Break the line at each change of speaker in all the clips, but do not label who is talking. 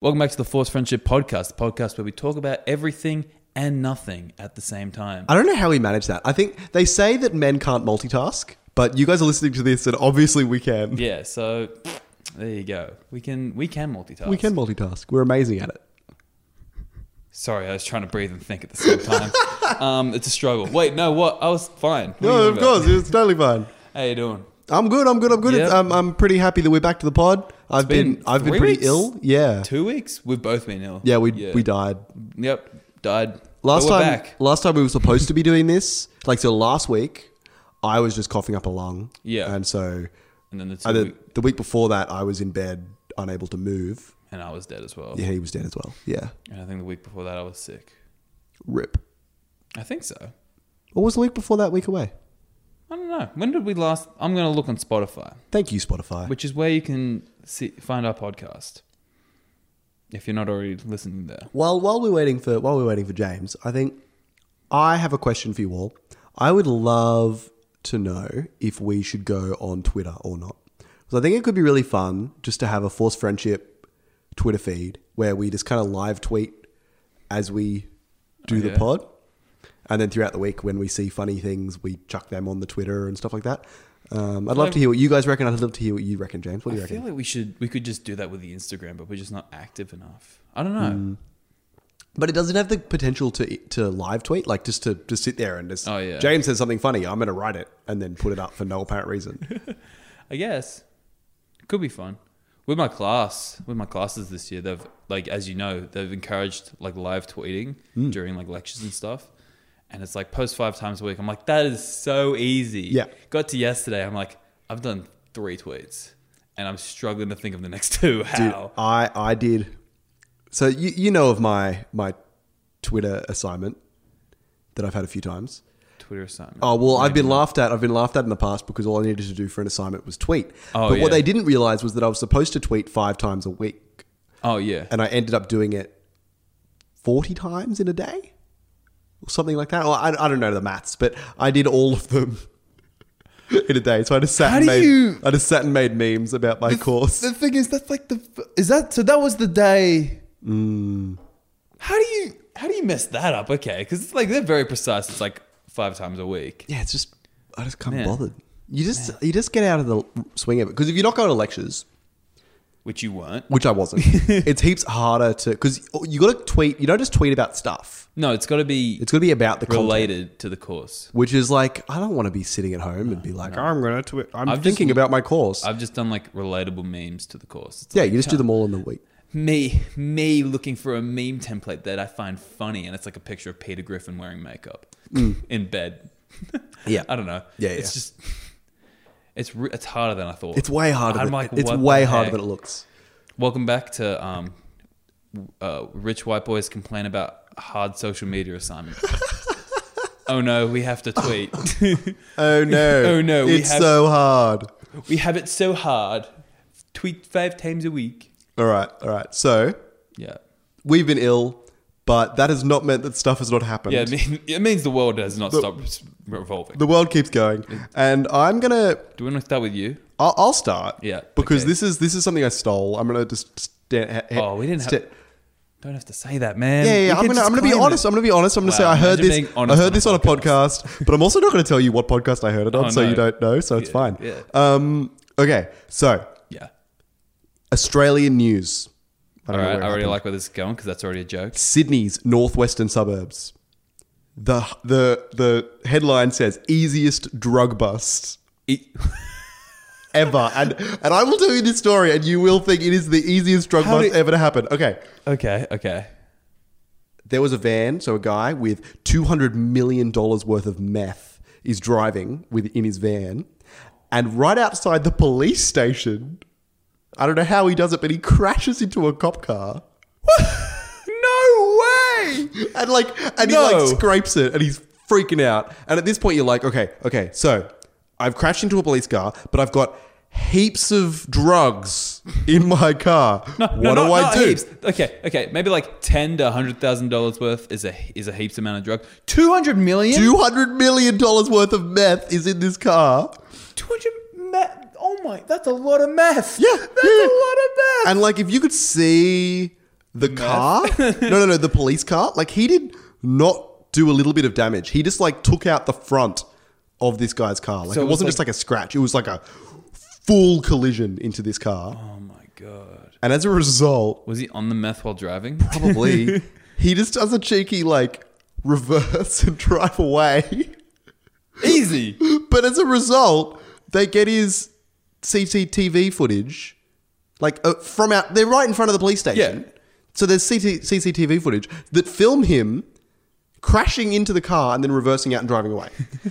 Welcome back to the Force Friendship Podcast, the podcast where we talk about everything and nothing at the same time.
I don't know how we manage that. I think they say that men can't multitask, but you guys are listening to this, and obviously we can.
yeah, so there you go. We can we can multitask.
We can multitask. We're amazing at it.
Sorry, I was trying to breathe and think at the same time. um, it's a struggle. Wait, no, what? I was fine. What are you
No, of
talking about?
course, it's totally fine.
How you doing?
I'm good. I'm good. I'm good.
Yep.
I'm, I'm pretty happy that we're back to the pod. I've
been
been, I've been
three
pretty
weeks?
ill. Yeah,
Two weeks? We've both been ill.
yeah. We we died
Yep, died.
last
But we're
time.
back.
Last time we were supposed to be doing this. Like so, last week I was just coughing up a lung.
Yeah.
and so
and then the two
I
week-
did, the week before that I was in bed, unable to move.
and I was dead as well.
Yeah, he was dead as well. Yeah,
And I think the week before that I was sick.
rip.
I think so.
What was the week before that week away?
I don't know. When did we last? I'm going to look on Spotify,
Thank you, Spotify.
which is where you can see, find our podcast. If you're not already listening there,
While while we're waiting for while we're waiting for James, I think I have a question for you all. I would love to know if we should go on Twitter or not. Because I think it could be really fun just to have a forced friendship Twitter feed where we just kind of live tweet as we do
Oh,
the
yeah.
pod. And then throughout the week when we see funny things, we chuck them on the Twitter and stuff like that. Um, I'd love to hear what you guys reckon. I'd love to hear what you reckon, James. What
I
do you reckon?
feel like we should we could just do that with the Instagram, but we're just not active enough. I don't
Mm.
know.
But it doesn't have the potential to to live tweet, like just to just sit there and just.
Oh, yeah.
James says something funny. I'm going to write it and then put it up for no apparent reason.
I guess it could be fun. With my class, with my classes this year, they've like as you know, they've encouraged like live tweeting
Mm.
during like lectures and stuff. And it's like post five times a week. I'm like, that is so easy.
Yeah.
Got to yesterday, I'm like, I've done three tweets, and I'm struggling to think of the next two.
Dude,
How?
I I did. So you you know of my my Twitter assignment that I've had a few times.
Twitter assignment.
Oh well, I've been laughed at. I've been laughed at in the past because all I needed to do for an assignment was tweet.
Oh,
but what
yeah.
they didn't realize was that I was supposed to tweet five times a week,
Oh yeah.
and I ended up doing it forty times in a day. Or something like that. Or I, I don't know the maths, but I did all of them in a day. So I just sat
How
and
do
made
you-
I just sat and made memes about my course.
The thing is, that's like the is that so that was the day. mm. How do you how do you mess that up? Okay, because it's like they're very precise. It's like five times a week.
yeah, it's just I just can't
Man.
bother. You just you just get out of the swing of it because if you're not going to lectures,
which you weren't.
which I wasn't, it's heaps harder to because you got to tweet. You don't just tweet about stuff.
No, it's got to be
It's got to be about the content.
related to the course.
Which is like I don't want to be sitting at home and be like I'm gonna tweet. I'm
I've just-
thinking about my course.
I've just done like relatable memes to the course. It's
yeah,
like,
you just do them all in the week.
me me looking for a meme template that I find funny, and it's like a picture of Peter Griffin wearing makeup in bed.
Yeah.
I don't know.
Yeah,
it's
yeah.
just it's re- it's harder than I thought.
It's way harder.
I'm
Than,
like,
it's
what
way
the
harder
heck?
than it looks.
Welcome back to um, uh, rich white boys complain about hard social media assignments. oh no, we have to tweet.
Oh no!
Oh, no, we
It's
have-
so hard.
we have it so hard. Tweet five times a week.
All right, all right. So
Yeah,
we've been ill, but that has not meant that stuff has not happened.
yeah. It, mean, it means the world has not stopped s- revolving.
the world keeps going, and I'm gonna.
Do we want to start with you?
I'll, I'll start.
Yeah,
Because
okay.
this is this is something I stole. I'm gonna just. Stand, ha- ha-
Oh, we didn't have-
sta-
Don't have to say that, man.
yeah, yeah,
We
yeah.
can
I'm gonna,
just
I'm gonna be
claim it.
honest. I'm gonna be honest. I'm gonna
Wow,
say I heard
imagine
this.
being
I
honest
heard
on
this
a
on a podcast, but I'm also not gonna tell you what podcast I heard it on,
Oh,
so
no.
you don't know. So it's
Yeah,
fine.
yeah.
Um. Okay. So
Yeah.
Australian news. I
All
don't know
right.
where
I
it
already
happened.
like where this is going because that's already a joke.
Sydney's northwestern suburbs. The the the headline says easiest drug bust
E-
ever, and and I will tell you this story, and you will think it is the easiest drug
How
bust
do-
ever to happen. Okay,
okay. Okay.
there was a van, so a guy with two hundred million dollars worth of meth is driving with in his van, and right outside the police station, I don't know how he does it, but he crashes into a cop car.
No way.
and like and
No.
he like scrapes it and he's freaking out and at this point you're like okay okay so i've crashed into a police car but i've got heaps of drugs in my car what
No,
do
not-
i
not
do
heaps. Okay, okay, maybe like ten to hundred thousand dollars worth is a is a heaps amount of drugs. Two hundred million.
200 million dollars worth of meth is in this car
Two hundred meth. Oh my, that's a lot of meth.
Yeah,
that's
yeah.
a lot of meth.
and like if you could see the car. no, no, no, the police car. Like he did not do a little bit of damage. He just like took out the front of this guy's car. Like
So it
it,
was
wasn't
like-
just like a scratch. It was like a full collision into this car.
Oh my god.
And as a result,
Was he on the meth while driving?
probably he just does a cheeky like reverse and drive away.
Easy.
But as a result, they get his CCTV footage, like uh, from out. They're right in front of the police station.
Yeah.
So there's CT- CCTV footage that film him crashing into the car and then reversing out and driving away.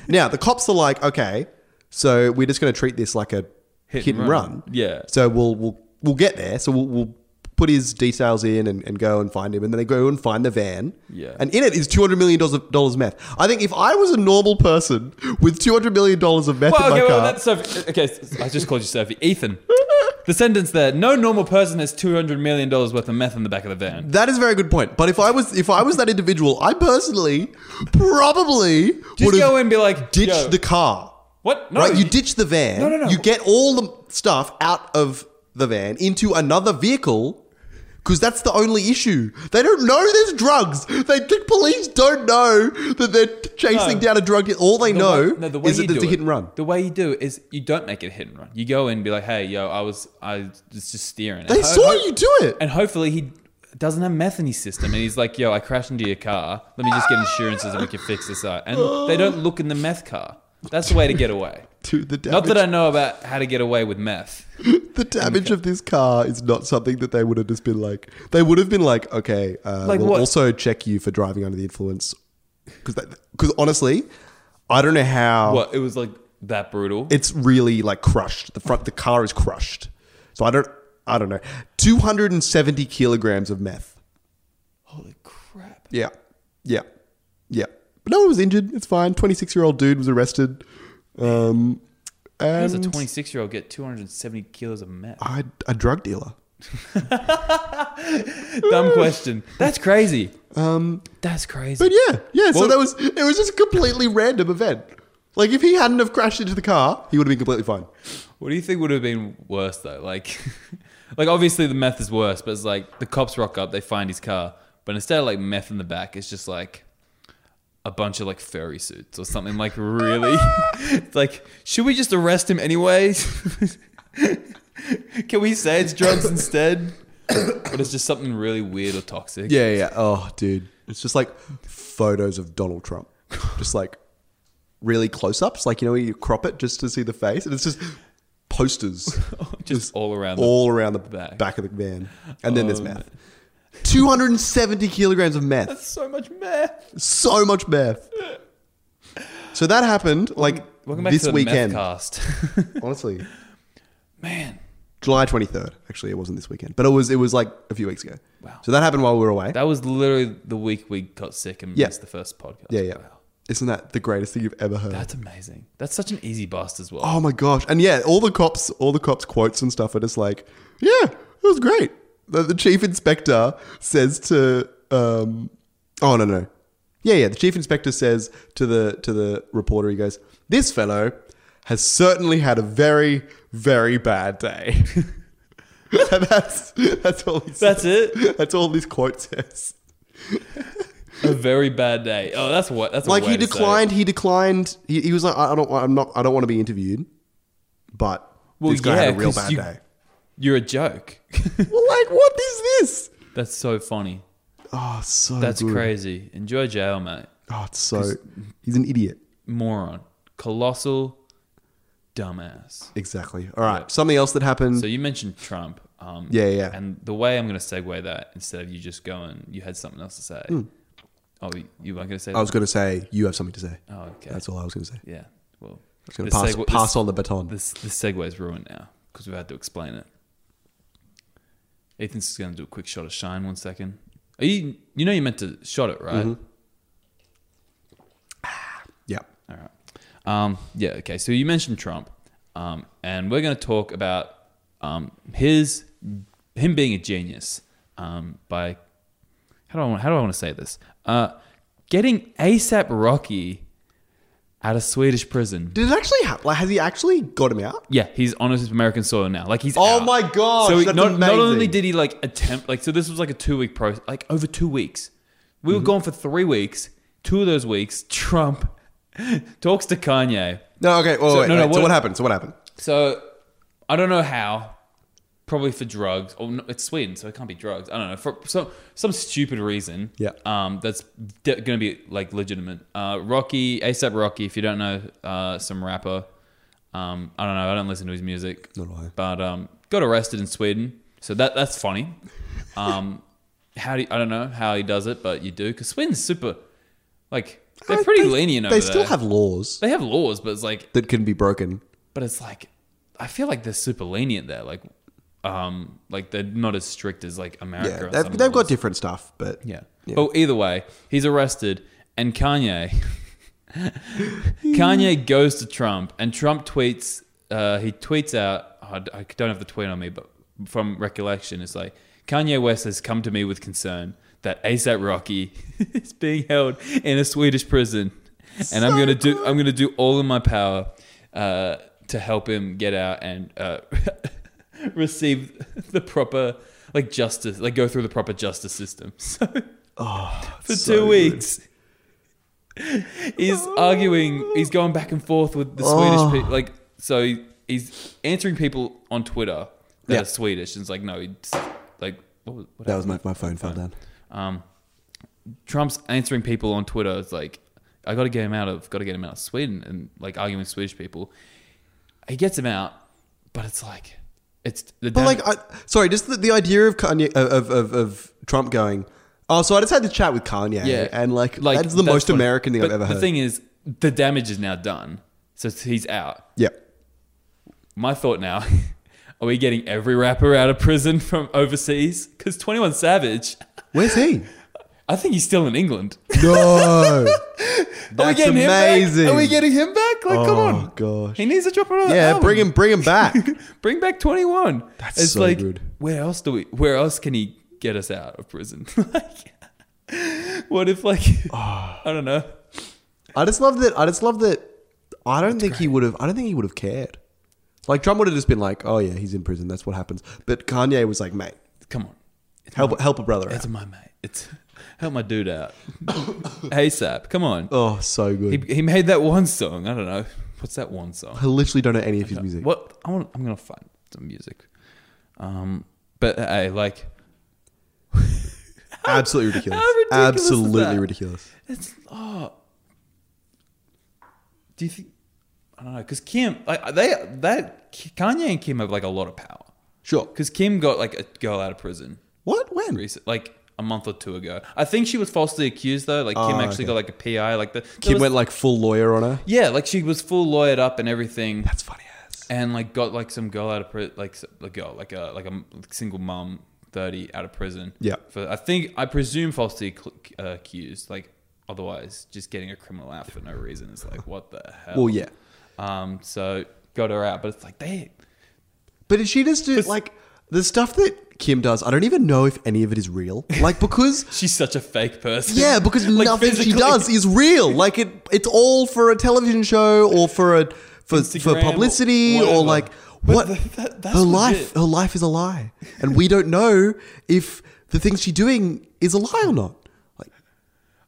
now the cops are like, okay, so we're just going to treat this like a hit, and, run.
Yeah.
So we'll we'll we'll get there. So we'll. we'll Put his details in and, and go and find him, and then they go and find the van.
Yeah.
and in it is two hundred million dollars of dollars meth. I think if I was a normal person with two hundred million dollars of meth
Well,
in my
okay, well,
car,
that's Sophie. Okay, s- I just called you Sophie. Ethan. The sentence there: No normal person has two hundred million dollars worth of meth in the back of the van.
that is a very good point. But if I was if I was that individual, I personally probably would
Just go
have
and be like,
ditched
"Yo,
the car.
what? No,
right, you
y-
ditch the van.
No, no, no.
You get all the stuff out of the van into another vehicle. Because that's the only issue. They don't know there's drugs. They the police don't know that they're chasing
No.
down a drug. deal. All they
the
know
way- no, the way
is
you
that there's
do
a
it-
hit and run.
The way you do is you don't make it a hit and run. You go in and be like, "Hey, yo, I was, I was just steering."
They
And
saw
ho-
you do it.
and hopefully he doesn't have meth in his system, and he's like, "Yo, I crashed into your car. Let me just get insurances, and we can fix this out." And they don't look in the meth car. That's the way to get away.
Dude, the
Not
damage,
that I know about how to get away with meth.
the damage of this car is not something that they would have just been like. They would have been like, okay, uh,
Like
we'll
what?
also check you for driving under the influence. Because honestly, I don't know how.
What? It was like that brutal.
it's really like crushed. The front, the car is crushed. So I don't, I don't know. Two hundred and seventy kilograms of meth.
Holy crap!
Yeah, yeah, yeah. But no one was injured. It's fine. Twenty-six-year-old dude was arrested. Um,
How does a
and
26 year old get 270 kilos of meth?
I, a drug dealer.
Dumb question. That's crazy.
Um,
That's crazy.
but yeah, yeah. so
Well-
that was it. Was just a completely random event. Like if he hadn't have crashed into the car, he would have been completely fine.
What do you think would have been worse though? Like, like obviously the meth is worse, but it's like the cops rock up, they find his car, but instead of like meth in the back, it's just like a bunch of like furry suits or something. Like really, it's like should we just arrest him anyways? Can we say it's drugs instead? but it's just something really weird or toxic.
Yeah, yeah. Oh, dude, it's just like photos of Donald Trump, just like really close-ups. Like you know, where you crop it just to see the face, and it's just posters
just all around. the-
all around the back.
Back.
of the van, and then there's
Oh,
meth. Two hundred and seventy kilograms of meth.
so much meth.
So much meth. So that happened like
Welcome back
this
to the
weekend.
meth cast.
Honestly,
Man,
July twenty third. Actually, it wasn't this weekend, but it was. It was like a few weeks ago.
Wow.
So that happened while we were away.
that was literally the week we got sick and
Yeah.
missed the first podcast.
yeah, yeah.
Wow.
Isn't that the greatest thing you've ever heard?
That's amazing. That's such an easy bust as well.
Oh my gosh! And yeah, all the cops, all the cops' quotes and stuff are just like, "Yeah, it was great." The, the chief inspector says to, um, "Oh no, no, yeah, yeah." The chief inspector says to the to the reporter, he goes, "This fellow has certainly had a very, very bad day." and that's that's all. He says.
That's it.
That's all this quote says.
A very bad day. Oh, that's what. That's a
Like
way
he
to say it.
declined. He declined. He, he was like, "I I don't. want- I'm not. I don't want to be interviewed." But
Well,
this guy had a
yeah,
real
'cause
bad
you-
day.
You're a joke.
Well, like, what is this?
that's so funny.
Oh, so
That's
good.
crazy. Enjoy jail, mate.
Oh, it's so he's an idiot.
Moron. Colossal. Dumbass.
Exactly. All right. Something else that happened.
So you mentioned Trump. Um,
Yeah, yeah.
And the way I'm going to segue that instead of you just going, you had something else to say.
Hmm.
Oh, you- you weren't going to say.
I was going to say you have something to say.
that? Oh, okay.
That's all I was going to say. I
yeah. Well, I
was going to pass, pass on the baton.
This the segue is ruined now because we've had to explain it. Ethan's just going to do a quick shot of shine. One second. Are you you know you meant to shot it right?
yeah.
All right. Um, yeah. Okay. So you mentioned Trump, um, and we're going to talk about um, his him being a genius um, by how do I want, how do I want to say this? Uh, getting ASAP Rocky at a Swedish prison.
Did it actually happen? Like, has he actually got him out?
Yeah, he's on American soil now. Like he's
Oh
out.
my gosh,
So he,
that's
not, not
amazing.
only did he like attempt like so this was like a two week process like over two weeks. We
Mm-hmm.
were gone for three weeks. Two of those weeks, Trump talks to Kanye.
No, okay. Well, wait,
no, no,
wait. so
what-
what happened? So what happened?
So I don't know how. Probably for drugs, or no, it's Sweden, so it can't be drugs. I don't know for some some stupid reason.
Yeah.
um, that's de- going to be like legitimate. Uh, Rocky ASAP Rocky, if you don't know, uh, some rapper. Um, I don't know. I don't listen to his music.
Nor do I.
But um, got arrested in Sweden, so that that's funny. Um, how do you, I don't know how he does it, but you do because Sweden's super, like they're
Uh,
pretty
they-
lenient over
They still
there.
have laws
they have laws, but it's like
that can be broken.
but it's like I feel like they're super lenient there. Like, um, like they're not as strict as like America.
Yeah,
on some
they've, they've got
levels.
different stuff, but
yeah. Oh,
Yeah.
But either way, he's arrested, and Kanye, Kanye goes to Trump, and Trump tweets. Uh, he tweets out. oh, I d- I don't have the tweet on me, but from recollection, it's like Kanye West has come to me with concern that ASAP Rocky is being held in a Swedish prison, and I'm
So
gonna do.
good.
I'm gonna do all in my power uh, to help him get out and uh, receive the proper like justice, like go through the proper justice system. So
Oh,
for
so
two
good.
weeks. He's arguing. He's going back and forth with the
Oh.
Swedish people. Like, so he- he's answering people on Twitter that
Yeah.
are Swedish, and it's like, no, he's like, what was, what
That was my, my phone fell down.
um, Trump's answering people on Twitter. It's like, I got to get him out of, got to get him out of Sweden, and like arguing with Swedish people. He gets him out, but it's like, it's the
But like, I, sorry, just the, the idea of Kanye of, of of Trump going. Oh, so I just had to chat with Kanye, and like, that's the most
what-
American thing
but
I've ever heard.
The thing is, the damage is now done, so he's out.
yeah,
My thought now: Are we getting every rapper out of prison from overseas? Because Twenty One Savage,
where's he?
I think he's still in England.
No,
Are we
that's
getting
amazing.
him back? Are we getting him back? Like, come
Oh,
on,
gosh.
he needs to drop another.
yeah,
album.
bring him, bring him back.
bring back Twenty One.
That's so good.
Where else do we? Where else can he get us out of prison? like, what if like
Ah.
I don't know.
I just love that. I just love that. I don't think he would have. I don't think he would have cared. Like Trump would have just been like, "Oh yeah, he's in prison. That's what happens." But Kanye was like, "Mate,
Come on.
help help a brother out."
That's my mate. It's help my dude out. ASAP. Come on.
Oh, so good.
He, he made that one song. I don't know. What's that one song?
I literally don't know any of his music.
What I want I'm gonna find some music. Um but hey, like
Absolutely ridiculous.
How ridiculous is
Absolutely
that?
ridiculous.
it's oh Do you think I don't know, because Kim like uh, they that Kanye and Kim have like a lot of power.
Sure.
Because Kim got like a girl out of prison
What? When?
recent like a month or two ago. I think she was falsely accused though. Like Kim
Ah,
actually
okay.
got like a PI, like the there
Kim
was-
went like full lawyer on her.
Yeah, like she was full lawyered up and everything,
That's funny ass.
and like got like some girl out of prison, like s- a girl, like a like a m- single mom, thirty, out of prison.
Yeah.
for I think I presume falsely acc- uh, accused. Like otherwise, just getting a criminal out for no reason is like what the hell.
Well, yeah.
Um, so got her out, but it's like they.
But did she just do like the stuff that Kim does? I don't even know if any of it is real. Like because
She's such a fake person.
yeah, because
Like,
nothing she
physically.
does is real. Like it, it's all for a television show or for a for for
Instagram or
publicity or,
whatever.
like
But
what
th- that- that's
her
legit.
life. Her life is a lie, and we don't know if the things she's doing is a lie or not. Like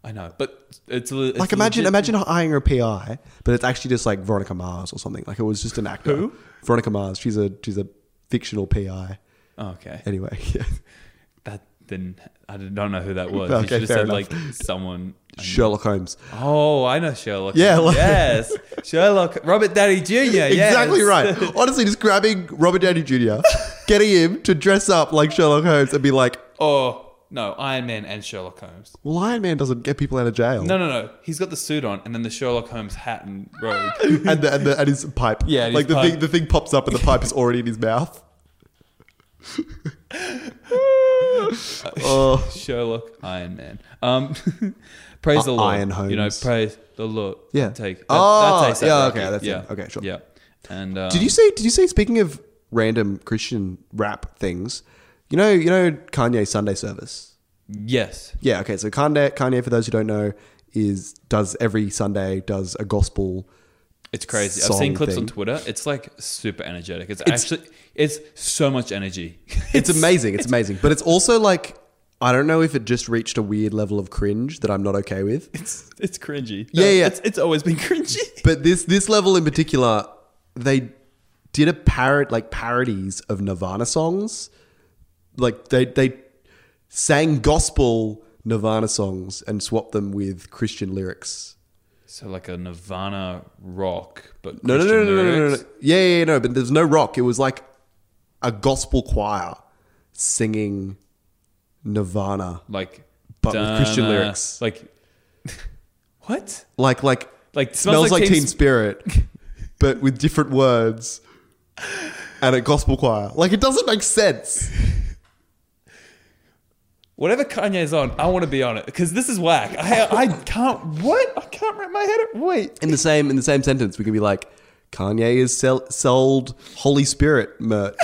I know, but it's, le- it's
like imagine
legit-
imagine hiring a PI, but it's actually just like Veronica Mars or something. Like it was just an actor.
Who?
Veronica Mars. She's a she's a fictional PI.
Oh, okay,
Anyway, yeah.
that didn't. I don't know who that was.
Okay,
you should have
fair
said
enough.
like someone.
Sherlock Holmes.
Oh, I know Sherlock.
Yeah, like-
yes, Sherlock Robert Downey Jr. yes.
Exactly right. Honestly, just grabbing Robert Downey Jr., getting him to dress up like Sherlock Holmes and be like,
Oh no, Iron Man and Sherlock Holmes.
"Well, Iron Man doesn't get people out of jail."
No, no, no. He's got the suit on, and then the Sherlock Holmes hat and robe.
And, the, and, the, and his pipe.
Yeah, and his
like the
pipe.
thing, the thing pops up and the pipe is already in his mouth. oh,
Uh, Sherlock Iron Man. Um, praise the
Uh,
Lord.
Iron
You know,
Holmes.
praise the Lord.
Yeah.
Take. That,
Oh,
that's ASAP
yeah,
Rocky.
okay, that's it.
yeah.
Okay, sure.
Yeah. And um,
did you see? Did you see? Speaking of random Christian rap things, you know, you know, Kanye Sunday service.
um, Yes.
Yeah, okay. So Kanye, Kanye, for those who don't know, is does every Sunday does a gospel.
It's crazy. I've seen
song
clips
thing.
on Twitter. It's like super energetic. It's, actually it's so much energy.
It's amazing. It's amazing, but it's also like I don't know if it just reached a weird level of cringe that I'm not okay with.
It's it's cringy.
Yeah, yeah.
It's, it's always been cringy.
But this this level in particular, they did a parrot like parodies of Nirvana songs. Like they they sang gospel Nirvana songs and swapped them with Christian lyrics.
So like a Nirvana rock, but
No, no, no,
Christian
no, no, no, no,
lyrics.
no. Yeah, yeah, yeah, no. But there's no rock. It was like a gospel choir singing Nirvana,
Like
But with Christian
dun- uh,
lyrics.
Like what?
like like
Like
smells, like, Teen
Sp-
Spirit, but with different words, and a gospel choir. Like it doesn't make sense.
Whatever Kanye's on, I want to be on it because this is whack. I I can't. What? I can't wrap my head. ar- Wait.
in the same in the same sentence, we can be like, Kanye is sell- sold Holy Spirit merch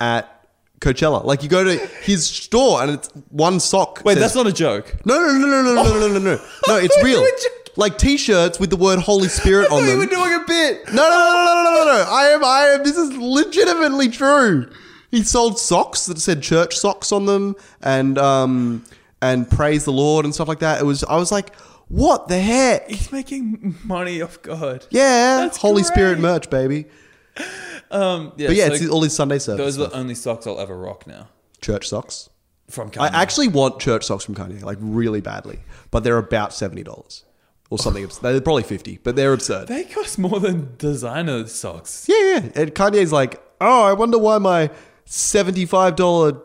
at Coachella. Like you go to his store and it's one sock.
Wait,
says-
that's not a joke.
no no no no no no no no no no no. It's
I thought Oh. you
real.
were joking.
Like T-shirts with the word Holy Spirit on
thought you
them.
were doing a bit.
No no no no no no no no. I am I am. This is legitimately true. He sold socks that said church socks on them and um and praise the Lord and stuff like that. It was I was like, what the heck?
He's making money off God.
Yeah,
That's
Holy Spirit
great.
merch, baby.
Um. Yeah.
But yeah,
so
it's all these Sunday service.
those are the only socks I'll ever rock now.
church socks.
From Kanye.
I actually want church socks from Kanye, like really badly, but they're about seventy dollars or something. abs- they're probably fifty, but they're absurd.
they cost more than designer socks.
Yeah, yeah. And Kanye's like, oh, I wonder why my seventy-five dollar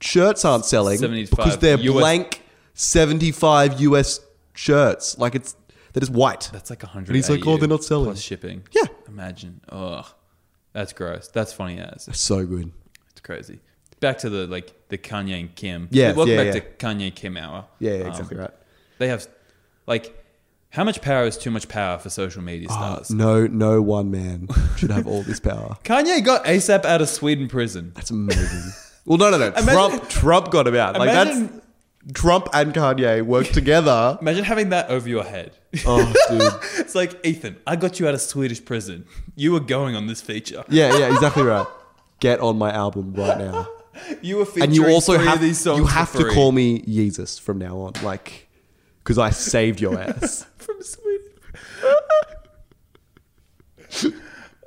shirts aren't selling
75
because they're
US
blank seventy-five US shirts. Like it's they're just white.
That's like a hundred.
And he's like, "Oh, they're not selling."
plus shipping.
Yeah.
imagine. Ugh, that's gross. That's funny as
So good.
it's crazy. Back to the like the Kanye and Kim.
Yes,
welcome
yeah,
back
yeah.
to Kanye Kim hour.
Yeah, yeah
Um,
exactly right.
They have like how much power is too much power for social media
Uh,
stars?
no, no one man should have all this power.
Kanye got ASAP out of Sweden prison.
That's amazing. well, no, no, no.
Imagine-
Trump, Trump got him out. Like
Imagine-
that's Trump and Kanye worked together.
Imagine having that over your head.
oh, dude.
it's like Ethan, I got you out of Swedish prison. You were going on this feature.
Yeah, yeah, exactly right. Get on my album right now.
You were featuring
And you also
three
have
of these songs.
you
for
have to
free.
call me Jesus from now on, like, because I saved your ass.
from Sweden.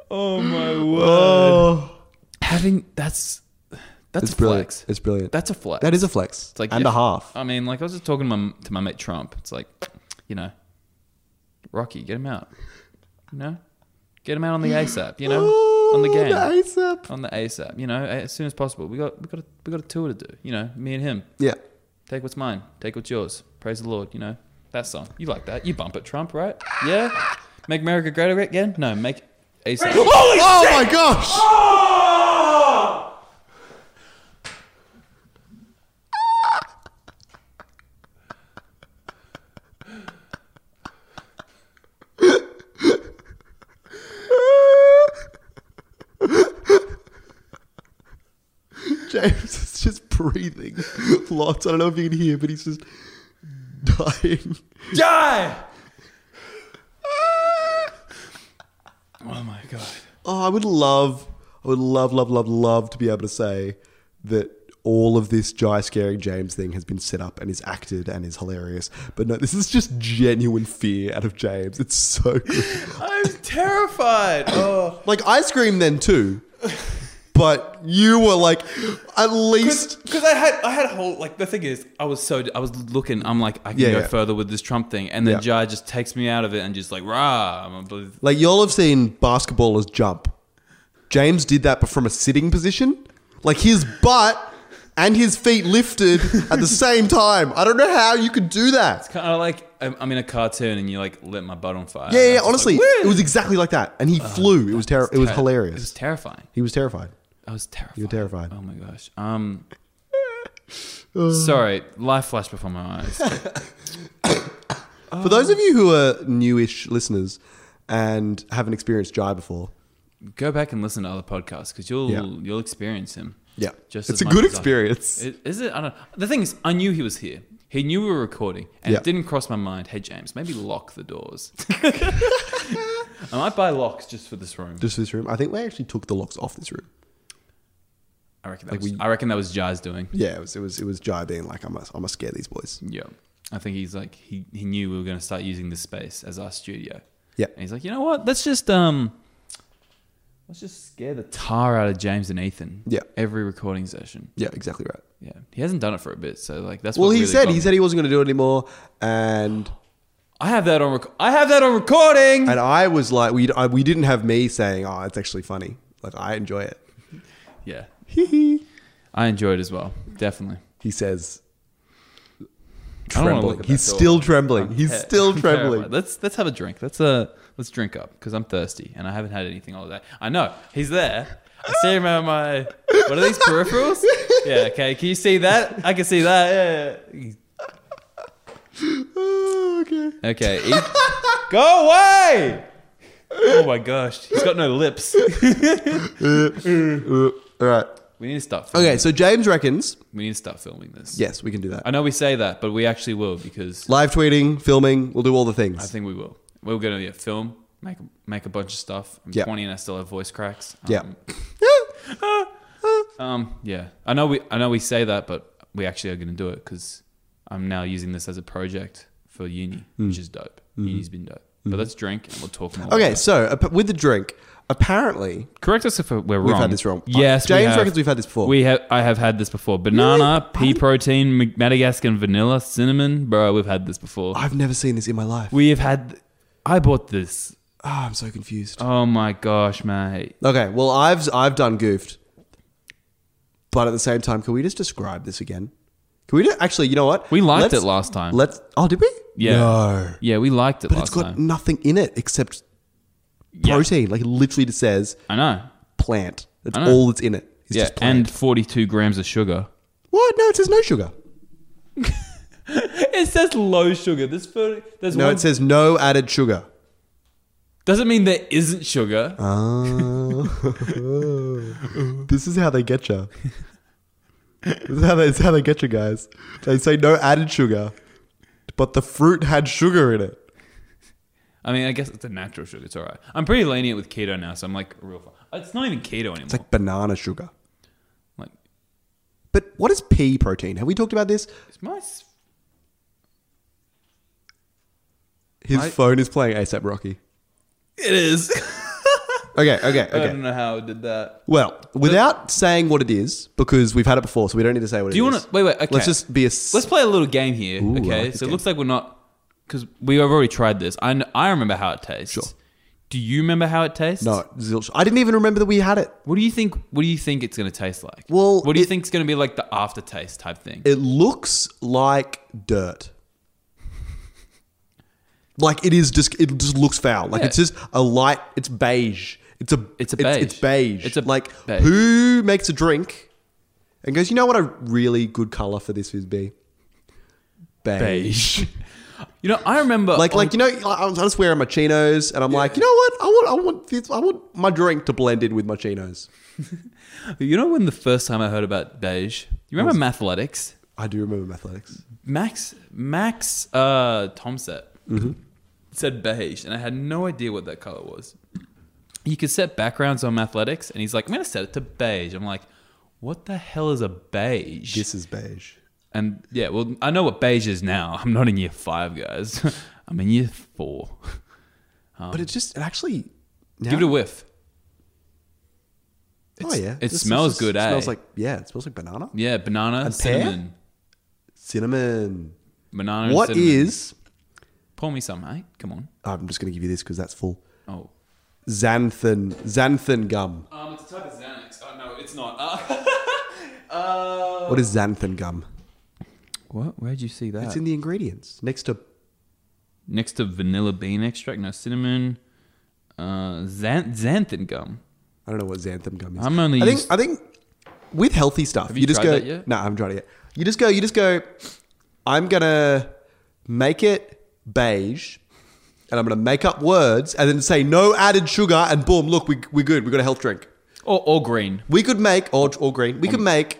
oh my word!
oh,
Having that's that's
it's
a
brilliant.
flex.
It's brilliant.
That's a flex.
that is a flex.
It's like
and
yeah.
a half.
I mean, like I was just talking to my to my mate Trump. It's like, you know, Rocky, get him out. You know, get him out on the ASAP. You know, on the
Oh,
game.
ASAP.
on the ASAP, you know, as soon as possible. We got, we got, a, we got a tour to do. You know, me and him.
Yeah.
Take what's mine. Take what's yours. Praise the Lord. You know that song. You like that? You bump it, Trump, right? Yeah. Make America great again? No, make ASAP.
Holy oh my gosh! James is just breathing lots. I don't know if you can hear, but he's just dying.
Die. oh my god.
Oh, I would love, I would love, love, love, love to be able to say that all of this Jai scaring James thing has been set up and is acted and is hilarious. But no, this is just genuine fear out of James. It's so good.
I'm terrified. Oh.
Like I screamed then too, but you were like, at least
Because I had I had a whole like the thing is I was so I was looking I'm like I can
Yeah,
go
yeah.
further with this Trump thing and then
Yeah.
Jai just takes me out of it and just like rah I'm a,
like y'all have seen basketballers jump. James did that, but from a sitting position, like his butt. And his feet lifted at the same time. I don't know how you could do that.
kind of like I'm, I'm in a cartoon and you like lit my butt on fire
Yeah,
And
yeah.
I'm just
Honestly,
like, "Woo!"
it was exactly like that, and he flew. It was ter- It was
Oh, Ter-
hilarious.
It was terrifying.
he was terrified.
I was terrified.
were terrified.
Oh my gosh. Um, sorry, life flashed before my eyes.
For those of you who are newish listeners and haven't experienced Jai before,
Go back and listen to other podcasts because you'll
Yeah.
you'll experience him.
yeah,
Just
it's
as
a
much
good
as I-
experience.
Is, is it? I don't. The thing is, I knew he was here. He knew we were recording, and
Yeah.
it didn't cross my mind. Hey James, maybe lock the doors. I might buy locks just for this room.
Just this room. I think we actually took the locks off this room.
I reckon that
Like
was,
we-
I reckon that was Jai's doing.
Yeah, it was it was it was Jai being like, I must I must scare these boys.
Yeah. I think he's like he, he knew we were going to start using this space as our studio.
Yeah.
And he's like, "You know what? Let's just um let's just scare the tar out of James and Ethan."
Yeah.
Every recording session.
Yeah, exactly right.
Yeah. He hasn't done it for a bit, so like that's
well,
what
he
really
said
got
he
me.
said he wasn't going to do it anymore, and
I have that on rec- I have that on recording.
and I was like, we I, we didn't have me saying, oh, it's actually funny. Like I enjoy it.
yeah.
he
I enjoyed as well. Definitely.
says,
I don't wanna look
trembling.
at that
He's
door.
still trembling. He's
Ter-
still
I'm
trembling.
terrified. Let's let's have a drink. Let's uh let's drink up because I'm thirsty and I haven't had anything all day. I know he's there. I see him on my what are these peripherals? Yeah, okay. Can you see that? I can see that. Yeah. yeah,
Oh, okay.
yeah. Okay. he- Go away. Oh my gosh, he's got no lips.
Uh, all right.
We need to start. Filming.
Okay. So James reckons.
We need to start filming this.
Yes, we can do that.
I know we say that, but we actually will because
Live tweeting, filming, we'll do all the
I
things.
think we will. We're gonna yeah, film, make make a bunch of stuff. I'm
Yeah.
20 and I still have voice cracks. Um,
Yeah.
Um, yeah, I know we I know we say that, but we actually are going to do it because I'm now using this as a project for uni,
Hmm.
which is dope. Uni's been dope. But let's drink and we'll talk more.
Okay.
later.
So ap- with the drink, apparently
correct us if we're wrong.
we've had this wrong.
Yes,
James
we have.
reckons we've had this before.
We have. I have had this before. Banana, pea protein, Ma- Madagascan vanilla, cinnamon. Bro, we've had this before.
I've never seen this in my life.
we have had. I bought this.
oh, I'm so confused.
Oh my gosh, mate.
Okay, well, I've I've done goofed, but at the same time, can we just describe this again? Can we do, actually? You know what?
We liked
Let's-
it last time.
Let's. Oh, did we?
Yeah.
No.
Yeah, we liked it
But
last
it's got
time.
nothing in it except
Yeah.
protein. Like it literally just says
I know.
plant. That's
I know.
all that's in it. It's
yeah,
just plant.
and 42 grams of sugar.
what? No, it says no sugar.
It says low sugar. This food, there's
No,
one.
it says no added sugar.
doesn't mean there isn't sugar.
Uh. this is how they get you. This is how they, this is how they get you guys. They say no added sugar, but the fruit had sugar in it.
I mean, I guess it's a natural sugar. It's all right. I'm pretty lenient with keto now, so I'm like real. Fun. It's not even keto anymore.
It's like banana sugar.
like,
But what is pea protein? Have we talked about this?
it's my. s-
His
I-
phone is playing ASAP Rocky.
It is.
Okay, okay,
I
okay.
don't know how I did that.
Well, without saying what it is, because we've had it before, so we don't need to say what
Do you
it
want
is.
to wait? Wait. Okay.
Let's just be a. s-
let's play a little game here.
Ooh, I like
okay.
this
so it
game.
looks like we're not because we have already tried this. I kn- I remember how it tastes.
Sure.
Do you remember how it tastes?
no, zilch. I didn't even remember that we had it.
What do you think? What do you think it's going to taste like?
Well,
what do you
it-
think's going to be like the aftertaste type thing?
It looks like dirt. Like it is just, it just looks foul. Like
Yeah.
it's just a light. It's beige. It's a,
It's a
It's, beige. It's a like
beige.
who makes a drink and goes, you know what? A really good color for this would be beige.
beige. you know, I remember
Like, like you know, like, I was I was wearing my chinos, and I'm like, you know what? I want, I want, this, I want my drink to blend in with my chinos.
oh, you know when the first time I heard about beige. You remember Mathletics?
I do remember mathletics.
Max Max uh, Tomset
Mm-hmm.
said beige, and I had no idea what that color was. You could set backgrounds on Mathletics, and he's like, "I'm gonna set it to beige." I'm like, "What the hell is a beige?"
This is beige.
And yeah, well, I know what beige is now. I'm not in year five, guys. I'm in year four.
but it's just, it actually. Now,
Give it a whiff.
oh yeah,
it smells good,
It
eh? Mm.
smells like yeah, it smells like banana,
Yeah, banana,
And pear?
cinnamon,
cinnamon.
banana. and
What
cinnamon.
is? oh,
Pour me some, mate. Come on.
I'm just gonna give you this because that's full.
Oh.
Xanthan, xanthan gum.
Um, it's a type of Xanax. Oh, no, it's not. Uh,
What is xanthan gum?
what? Where'd you see that?
It's in the ingredients next to.
Next to vanilla bean extract, no cinnamon, uh, xan- xanthan gum.
I don't know what xanthan gum is.
I'm only
I think.
used-
I think with healthy stuff,
Have
you,
you
just
tried
go.
that yet?
No, I haven't tried it yet. You just go. You just go. I'm gonna make it beige, and I'm gonna make up words, and then say no added sugar, and boom, look, we we're good. We got a health drink.
Or, or green.
We could make or or green. We could make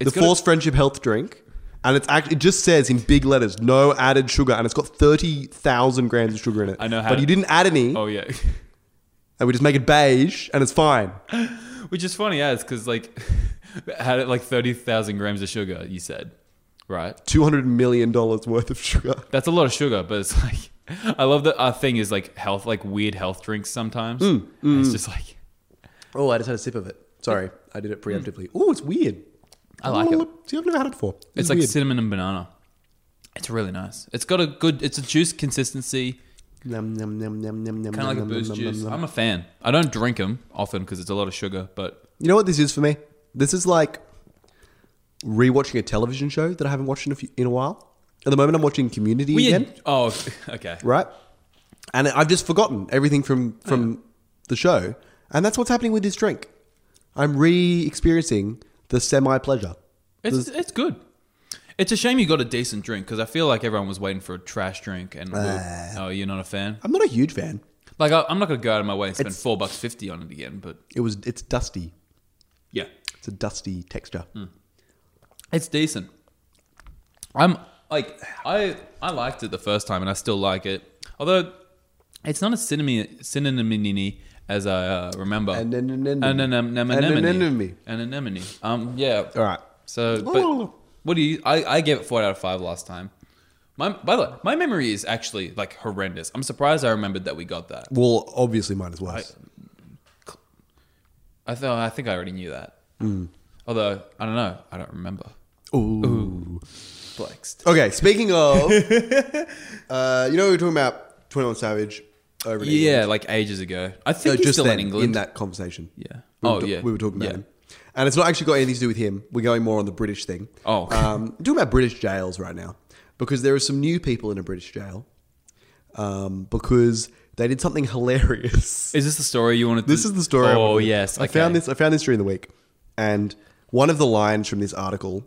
the
Um, gonna-
forced friendship health drink, And it's actually it just says in big letters, no added sugar, and it's got thirty thousand grams of sugar in it.
I know how
but
to-
you didn't add any,
Oh yeah,
and we just make it beige, and it's fine.
which is funny as because like had it like thirty thousand grams of sugar. You said, right?
Two hundred million dollars worth of sugar.
That's a lot of sugar, but it's like I love that our thing is like health, like weird health drinks sometimes.
Mm,
And it's just like
Oh, I just had a sip of it. Sorry, I did it preemptively. Oh, it's weird.
I like it.
See, I've never had it before.
It's like cinnamon and banana. It's really nice. It's got a good. It's a juice consistency,
Nom, nom, nom, nom, nom, nom,
kind of like a
nom, nom,
boost
nom,
juice.
nom, nom.
I'm a fan. I don't drink them often because it's a lot of sugar, but
You know what this is for me? This is like rewatching a television show that I haven't watched in a, few, in a while. At the moment, I'm watching Community
we.
again,
oh, okay.
right? And I've just forgotten everything from from the show, and that's what's happening with this drink. I'm re-experiencing the semi pleasure.
It's it's good. It's a shame you got a decent drink because I feel like everyone was waiting for a trash drink and
Ah.
oh, you're not a fan.
I'm not a huge fan.
Like I, I'm not gonna go out of my way and spend four bucks fifty on it again, but
It was it's dusty.
yeah,
It's a dusty texture.
it's decent. I'm like I I liked it the first time and I still like it, although it's not as synonym synonyminy as I uh, remember.
An- an- an-
An- an- an- anemone.
anemone.
An anemone. Um, yeah.
All right.
So,
Oh.
but what do you? I, I gave it four out of five last time. My by the way, my memory is actually like horrendous. I'm surprised I remembered that we got that.
Well, obviously, mine is worse.
I thought I think I already knew that. Although I don't know, I don't remember.
Ooh.
Flexed.
Okay, speaking of, uh, you know, we were talking about Twenty One Savage over. in England.
Yeah, like ages ago. I
no,
think he's
just
still
then
in
in,
England.
that conversation.
yeah.
We were
oh
ta-
yeah.
we were talking about
Yeah.
him, and it's not actually got anything to do with him. We're going more on the British thing.
Oh.
um, we're talking about British jails right now because there are some new people in a British jail um, because they did something hilarious.
Is this the story you wanted? To,
This is the story. I
Oh
wanted to-
yes,
I found this. I found this during the week, and one of the lines from this article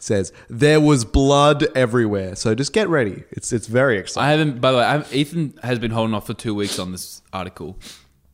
says, "There was blood everywhere." So just get ready. It's it's very exciting.
I haven't. By the way, I haven't- Ethan has been holding off for two weeks on this article.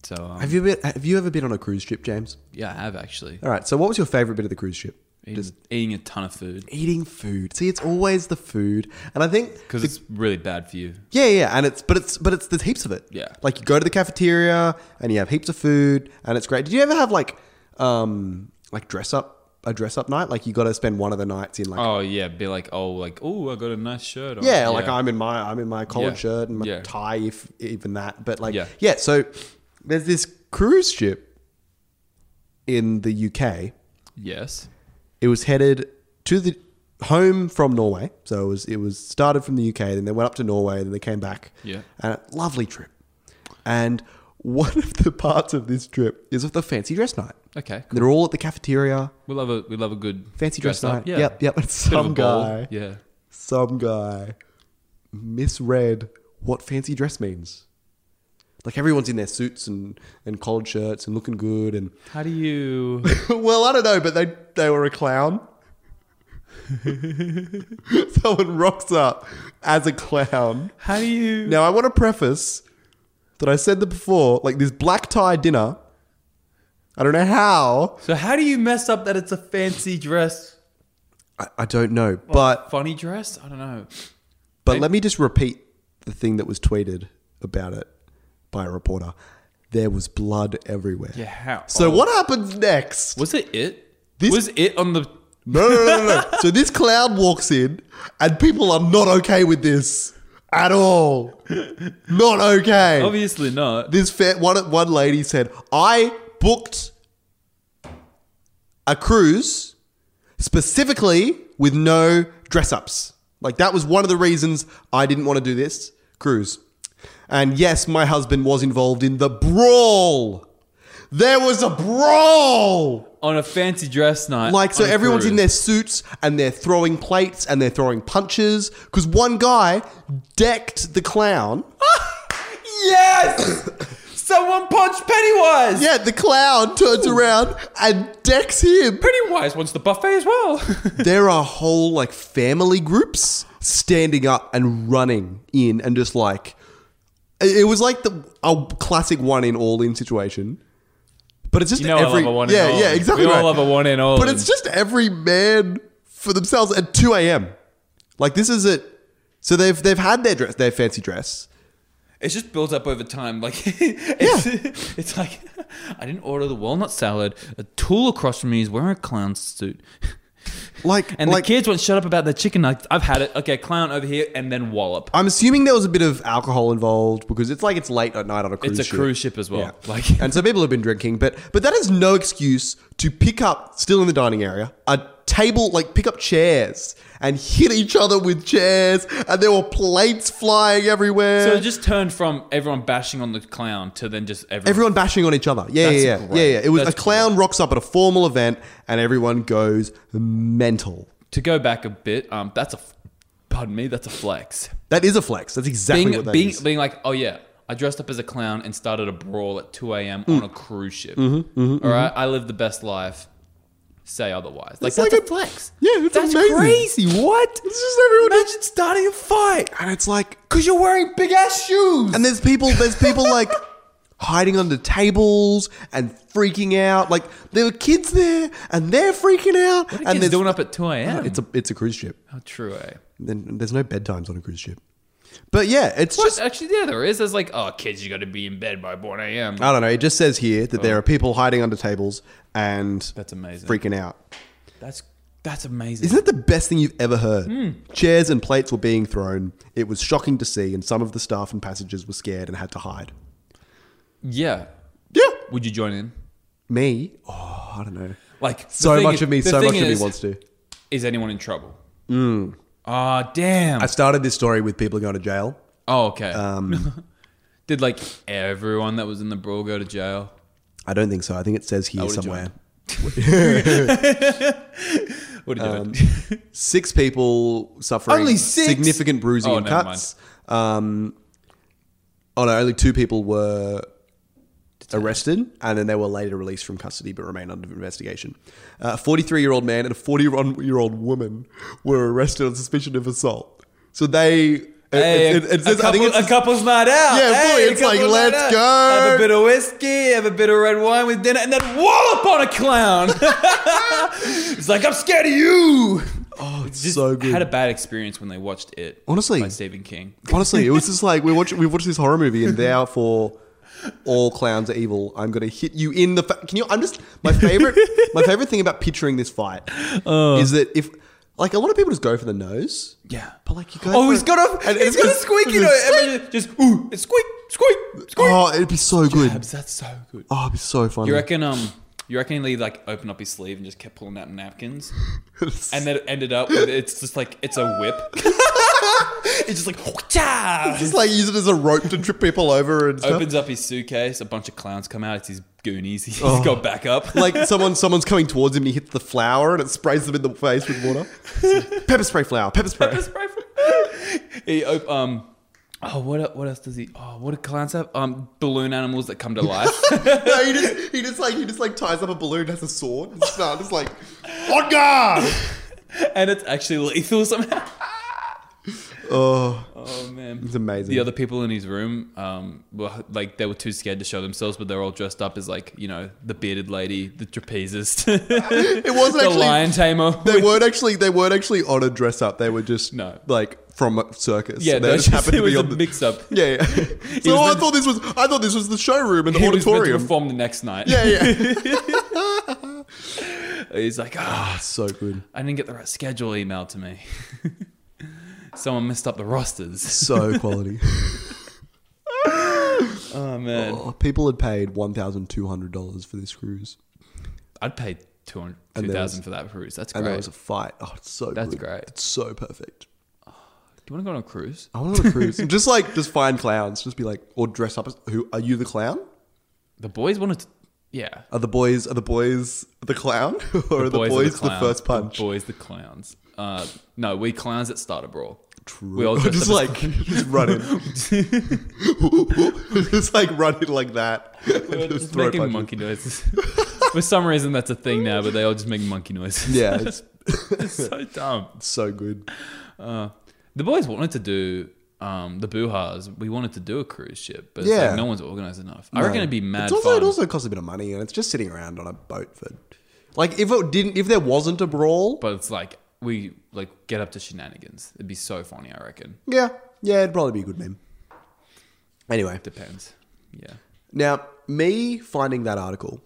So um,
have you been? Have you ever been on a cruise ship, James?
yeah, I have actually.
All right. So what was your favorite bit of the cruise ship?
Just eating a ton of food.
Eating food. See, it's always the food, and I think
Because it's really bad for you.
Yeah, yeah, and it's but it's but it's there's heaps of it.
Yeah.
like you go to the cafeteria and you have heaps of food and it's great. Did you ever have like um like dress up a dress up night? Like you got to spend one of the nights in like
Oh yeah, be like, oh, like, oh, I got a nice shirt. On.
yeah, like I'm in my I'm in my collared
Yeah.
shirt and my
Yeah.
tie, if even that. But like
Yeah.
yeah. so there's this cruise ship in the UK.
Yes.
It was headed to the home from Norway, so it was it was started from the UK, then they went up to Norway, then they came back.
Yeah.
and a lovely trip. And one of the parts of this trip is with the fancy dress night.
Okay.
They're all at the cafeteria,
We love a we love a good
fancy dress,
up,
night. Yep, yep.
Bit
And
of a
some
ball,
guy,
Yeah.
some guy misread what fancy dress means. Like everyone's in their suits and, and collared shirts and looking good and
How do you?
well, I don't know, but they they were a clown. Someone rocks up as a clown.
How do you?
Now I want to preface that I said that before, like this black tie dinner. I don't know how.
So how do you mess up that it's a fancy dress,
I, I don't know, but
funny dress? I don't know.
But let me just repeat the thing that was tweeted about it by a reporter. There was blood everywhere.
Yeah. How?
So what happens next?
was it? It
This-
was it on the.
No, no, no, no, no. so this clown walks in, and people are not okay with this at all. Not okay.
Obviously not.
this fair, one one lady said, "I booked a cruise specifically with no dress ups. Like that was one of the reasons I didn't want to do this cruise. And yes, my husband was involved in the brawl. There was a brawl."
on a fancy dress night.
Like, so
on a
everyone's in
cruise.
their suits and they're throwing plates and they're throwing punches because one guy decked the clown.
Yes. Someone punched Pennywise.
Yeah, the clown turns around and decks him.
Pennywise wants the buffet as well.
There are whole like family groups standing up and running in and just like it it was like the a classic one in all in situation. But it's just
You know
every
I love a one
yeah
in all.
yeah exactly
We all
right.
love a one in all.
But it's just every man for themselves at two a.m. Like this is it. So they've they've had their dress, their fancy dress.
It's just built up over time. Like, it's, it's like, I didn't order the walnut salad. A tool across from me is wearing a clown suit.
Like
And
like,
the kids won't shut up about the chicken nuggets. I've had it. Okay, clown over here and then wallop.
I'm assuming there was a bit of alcohol involved because it's like it's late at night on a cruise.
It's a
ship.
cruise ship as well.
Yeah.
Like,
and so people have been drinking, but but that is no excuse to pick up still in the dining area a table like pick up chairs and hit each other with chairs, and there were plates flying everywhere.
so it just turned from everyone bashing on the clown to then just everyone.
Everyone bashing on each other. Yeah,
That's
yeah, yeah.
great.
yeah, yeah. It was
That's
a clown rocks up at a formal event and everyone goes mental.
to go back a bit, um, that's a, f- pardon me, that's a flex.
That is a flex. That's exactly
Being,
what that is.
being, being like, oh yeah, I dressed up as a clown and started a brawl at 2 a.m.
Mm.
on a cruise ship.
Mm-hmm,
All right, I live the best life. Say otherwise. Like,
It's
that's
like
a
a-
flex.
Yeah, it's
that's
amazing.
crazy. What?
It's just everyone-
Imagine starting a fight
and it's like,
because you're wearing big ass shoes.
and there's people, there's people like hiding under tables and freaking out. Like there were kids there and they're freaking
What
out.
are
and
kids
there's
doing up at 2 a.m.?
it's a it's a cruise ship.
oh, true, eh?
Then there's no bedtimes on a cruise ship. But yeah, it's
What?
just
Actually, yeah, there is. There's like, oh, kids, you got to be in bed by 1 a.m.
I don't know. It just says here that there are people hiding under tables and
Oh. That's amazing.
freaking out.
That's that's amazing.
Isn't that the best thing you've ever heard?
Hmm.
Chairs and plates were being thrown. It was shocking to see, and some of the staff and passengers were scared and had to hide.
yeah.
Yeah.
Would you join in?
Me? Oh, I don't know.
Like the
So
thing
much
is-
of me,
the
so much
thing
of me
is,
wants Mm. to.
Is anyone in trouble? Ah, damn.
I started this story with people going to jail.
oh, okay.
um,
Did like everyone that was in the brawl go to jail?
I don't think so. I think it says here
would've
somewhere.
What are you
Um,
doing?
Six people suffering
Only six?
significant bruising
Oh,
and
never
cuts. Um, oh, no, only two people were arrested, and then they were later released from custody but remain under investigation. Uh, a 43 year old man and a 41 year old woman were arrested on suspicion of assault. So they. it-
Hey,
it- it- it
a,
says- I think
couple-
it's-
a couple's night out.
Yeah,
Hey,
boy,
a
it's like,
couple's night
let's
out.
go.
Have a bit of whiskey, have a bit of red wine with dinner, and then wallop on a clown. it's like I'm scared of you.
oh, it's
Just
so good.
Had a bad experience when they watched it.
Honestly.
by Stephen King.
Honestly, it was just like we watch we watched this horror movie, and therefore all clowns are evil. I'm gonna hit you in the. Fa- Can you? I'm just my favorite. my favorite thing about picturing this fight
Oh.
is that if like a lot of people just go for the nose.
Yeah,
But like you go.
oh,
for
he's
it-
got a
and
he's
it's
got a
just-
squeaky
it's
noise.
just-
And then Just ooh, it's squeak, squeak, squeak.
Oh, it'd be so good.
Abs, That's so good.
Oh, it'd be so funny.
You reckon? Um, you reckon he like opened up his sleeve and just kept pulling out napkins, and then it ended up with it's just like it's a whip. it's just like
just like use it as a rope to trip people over and stuff.
opens up his suitcase. A bunch of clowns come out. It's his goonies. He's
Oh.
got back up.
like someone, someone's coming towards him and he hits the flower and it sprays them in the face with water. It's like, pepper spray flower, pepper spray.
Pepper spray for- he op- um oh what what else does he oh what do clowns have um balloon animals that come to life
no, he just he just like he just like ties up a balloon, has a sword, and starts just like on guard.
and it's actually lethal somehow.
Oh,
Oh man.
it's amazing.
The other people in his room, um, were like they were too scared to show themselves, but they were all dressed up as like you know the bearded lady, the trapezist, it
wasn't
the
actually-
lion tamer.
they weren't actually they weren't actually on a dress up. They were just
No.
like from a circus.
yeah,
they
they
just happened
it
to
was
be
a
on the.
mix up.
yeah, yeah. So oh,
was
I
meant-
thought this was I thought this was the showroom and the
He was meant to
auditorium.
perform the next night.
yeah, yeah.
he's like, ah,
so good,
I didn't get the right schedule emailed to me. Someone messed up the rosters.
so quality.
Oh man,
Oh, people had paid one thousand two hundred dollars for this cruise,
I'd pay two hundred
And
two
there
thousand for that cruise. That's
and
great.
there was a fight. Oh, it's so
That's
good.
great.
It's so perfect.
Do you want to go on a cruise?
I want to on a cruise. just like, just find clowns. Just be like, or dress up as who? Are you the clown?
The boys wanted to. Yeah.
Are the boys? Are the boys the clown? or are the boys,
are
the,
clowns.
first punch?
The boys the clowns. Uh, no, we clowns that start a brawl.
True.
We all dress
just
up
like just run in, just like run in like that.
We're
Just
just
throw
making
punches.
monkey noises. For some reason, that's a thing now, but they all just make monkey noises.
Yeah, it's
it's so dumb.
so good.
Uh, the boys wanted to do um, the boohas. We wanted to do a cruise ship, but it's
Yeah.
like no one's organized enough. I reckon it'd be mad
It's also,
fun.
It also costs a bit of money, and it's just sitting around on a boat for. Like if it didn't, if there wasn't a brawl,
but it's like we like get up to shenanigans. It'd be so funny, I reckon.
Yeah, yeah, it'd probably be a good meme. Anyway,
Depends. Yeah.
now me finding that article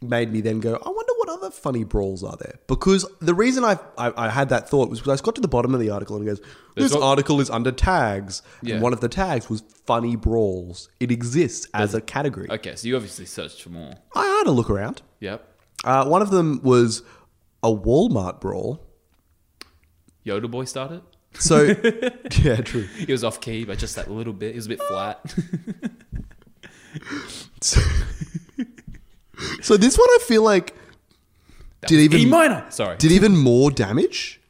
made me then go, I wonder what other funny brawls are there? Because the reason I I, I had that thought was because I got to the bottom of the article and it goes, this
There's al-
article is under tags,
Yeah.
and one of the tags was funny brawls. It exists as a category.
Okay, so you obviously searched for more.
I had a look around.
Yep.
Uh, one of them was a Walmart brawl.
Yoda boy started.
So, yeah, true.
He was off key, but just that little bit. He was a bit flat.
So, so this one I feel like did even
E minor. Sorry.
did even more damage.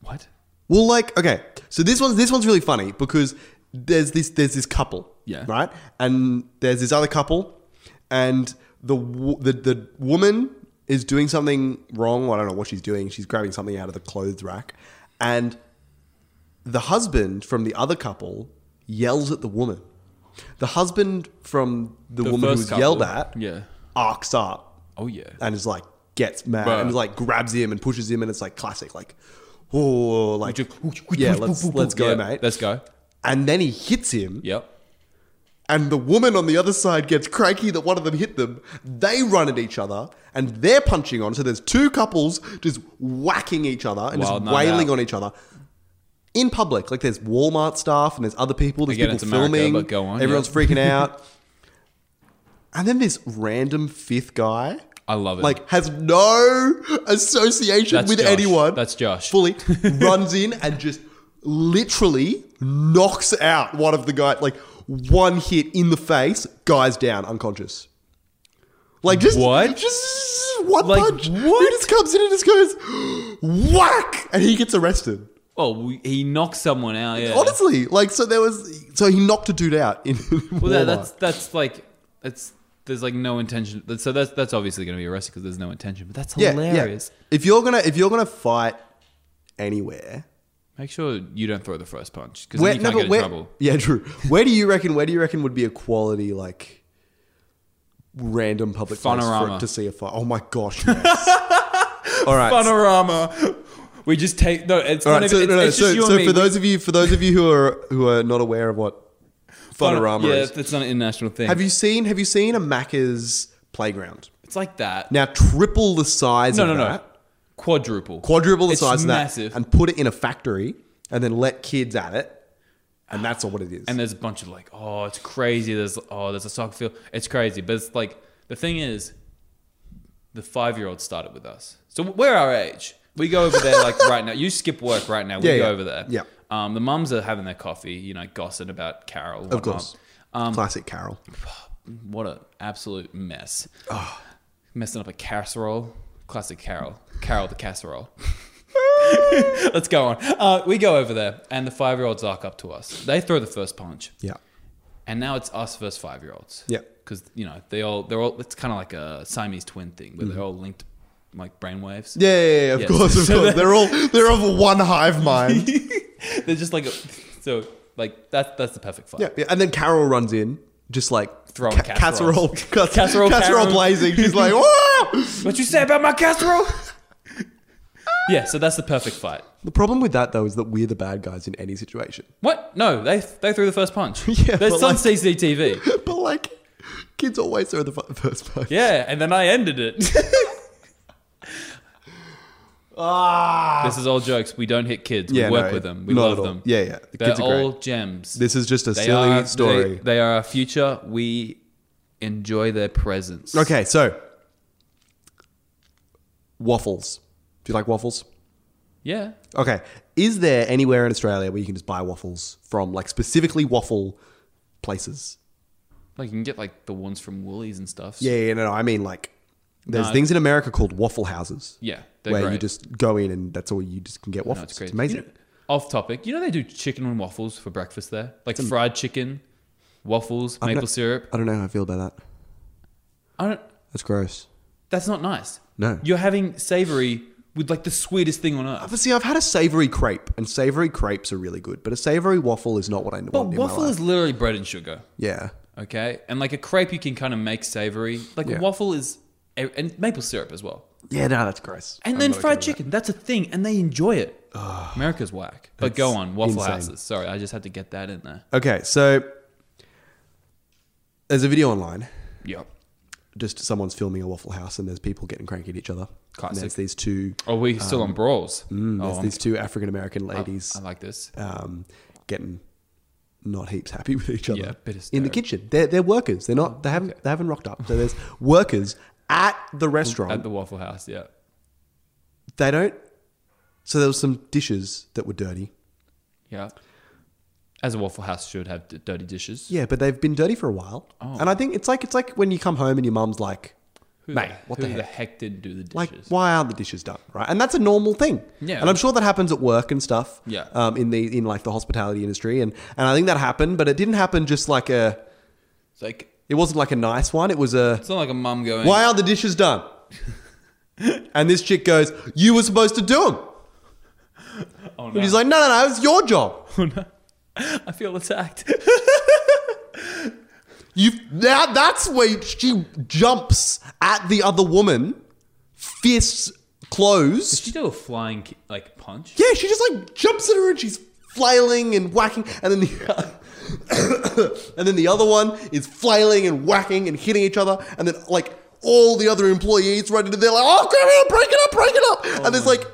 what?
Well, like okay, so this one's this one's really funny because there's this there's this couple,
Yeah.
right, and there's this other couple, and the wo- the the woman is doing something wrong. I don't know what she's doing. She's grabbing something out of the clothes rack, and the husband from the other couple yells at the woman. The husband from the,
The
woman who
first
was
couple.
yelled at
Yeah.
arcs up
Oh yeah.
and is like gets mad
Bruh.
and is like grabs him and pushes him and it's like classic like oh like yeah let's let's go
Yeah,
mate
Let's go.
and then he hits him
Yep.
and the woman on the other side gets cranky that one of them hit them they run at each other and they're punching on so there's two couples just whacking each other and
Wild
just
night
wailing
out.
on each other in public like there's Walmart staff and there's other people there's
Again,
people
it's America,
filming
but go on,
everyone's
yeah.
freaking out and then this random fifth guy
I love it.
like has no association
That's
with
Josh.
anyone.
That's Josh.
Fully runs in and just literally knocks out one of the guys. Like one hit in the face, guys down, unconscious. Like just
What?
Just one
Like,
punch. He
what?
just comes in and just goes whack, and he gets arrested.
oh, we, he knocks someone out. Yeah.
Honestly, like so there was so he knocked a dude out in.
Well, that,
Walmart.
that's that's like that's there's like no intention. that- So that's that's obviously going to be arrested because there's no intention. But that's hilarious.
If you're gonna if you're gonna fight anywhere,
Make sure you don't throw the first punch because
Where,
you
no,
can't
but
get in
where,
trouble.
Yeah, true. Where do you reckon? Where do you reckon would be a quality like random public place for
Funorama.
it to see a fight? Oh my gosh! Yes. All right.
Panorama. We just take no. It's
All
not
right. So,
even,
no,
it's,
no,
it's
so,
just you
so
and me.
for those of you, for those of you who are who are not aware of what Funorama
yeah,
is,
it's not an international thing.
have you seen have you seen a Macca's playground?
it's like that.
Now triple the size.
no,
of
no, no.
that,
Quadruple.
Quadruple the
It's
size of that,
massive.
and put it in a factory, and then let kids at it, and that's all what it is.
And there's a bunch of like, oh, it's crazy. There's oh, there's a soccer field. It's crazy. But it's like the thing is, the five year old started with us, so we're our age. We go over there like right now. You skip work right now. We
Yeah,
go
yeah.
over there.
Yeah.
Um, the mums are having their coffee. You know, gossiping about Carol. and
of
whatnot.
course,
Um,
classic Carol.
What an absolute mess.
Ah.
Messing up a casserole. Classic Carol. Carol the casserole. Let's go on. Uh, we go over there, and the five year olds arc up to us. They throw the first punch.
Yeah.
And now it's us versus five year olds.
Yeah.
Because, you know, they all, they're all, it's kind of like a Siamese twin thing
Mm-hmm.
where they're all linked like brainwaves.
Yeah, yeah, yeah, of
Yes.
course, of
So
course.
that-
They're all they're of one hive mind.
they're just like, a, so, like, that, that's the perfect fight.
yeah, yeah, and then Carol runs in, just like
Throwing
casserole,
casseroles.
ca- casserole,
Casserole Carol.
blazing. She's like, "Whoa!"
What you say about my casserole? yeah, so that's the perfect fight.
The problem with that though is that we're the bad guys in any situation.
What? No, they they threw the first punch.
Yeah,
There's
but
some
like-
CCTV.
but like, kids always throw the fu- first punch.
Yeah, and then I ended it.
Ah,
this is all jokes. We don't hit kids.
Yeah,
we work
no,
with them. We
not at
love
all.
them.
Yeah, yeah. The
They're
kids are great.
all gems.
this is just a silly
are,
story.
They, they are our future. We enjoy their presence.
okay, so waffles. Do you like waffles?
Yeah.
Okay. Is there anywhere in Australia where you can just buy waffles from, like specifically waffle places?
Like you can get like the ones from Woolies and stuff.
Yeah, yeah, no, no. I mean, like, there's
No.
things in America called waffle houses.
Yeah. They're
Where
great.
you just go in and that's all you just can get
No,
waffles.
it's great.
it's, amazing.
You know- off topic. You know they do chicken and waffles for breakfast there? Like fried chicken, waffles,
don't
maple
know-
syrup.
I don't know how I feel about that.
I don't
That's gross.
that's not nice.
No.
You're having savory with like the sweetest thing on earth.
But see, I've had a savory crepe, and savory crepes are really good, but a savory waffle is not what I want
But
in
waffle
my life.
is literally bread and sugar.
yeah.
Okay, and like a crepe, you can kind of make savory. Like
Yeah.
a waffle is, and maple syrup as well.
Yeah, no, that's gross.
And
I'm
then
not okay
fried
with
chicken. That's a thing, and they enjoy it. America's whack. But go
It's
on, Waffle
insane.
Houses. Sorry, I just had to get that in there.
that. Okay, so there's a video online.
Yep.
Just someone's filming a Waffle House and there's people getting cranky at each other. And
Classic.
there's these two,
Oh, we're still on brawls.
mm,
oh,
there's
I'm-
these two African American
I-
ladies
I, like this.
um, getting not heaps happy with each other
Yeah, bit
in the
hysterical.
kitchen. They're, they're workers. They're not. They haven't. They haven't rocked up. So there's workers at the restaurant.
At the Waffle House, yeah.
they don't. So there was some dishes that were dirty.
Yeah. As a Waffle House should have d- dirty dishes.
Yeah, but they've been dirty for a while.
Oh.
And I think it's like it's like when you come home and your mum's like,
Who
"Mate,
the,
what
who
the heck?
did do the
Like,
dishes?
why aren't the dishes done right?" And that's a normal thing.
Yeah.
And I'm sure that happens at work and stuff.
Yeah.
Um, in the in like the hospitality industry, and and I think that happened, but it didn't happen just like a.
it's like
It wasn't like a nice one. It was a.
it's not like a mum going.
Why aren't the dishes done? and this chick goes, "You were supposed to do them."
Oh,
And
no.
he's like, "No, no, no. It's your job.
I feel attacked.
You now that's where she jumps at the other woman, fists closed.
Did she do a flying ki- like punch?
Yeah, she just like jumps at her and she's flailing and whacking, and then the and then the other one is flailing and whacking and hitting each other, and then like all the other employees run into there like, oh, come here, break it up, break it up,
Oh
and there's like.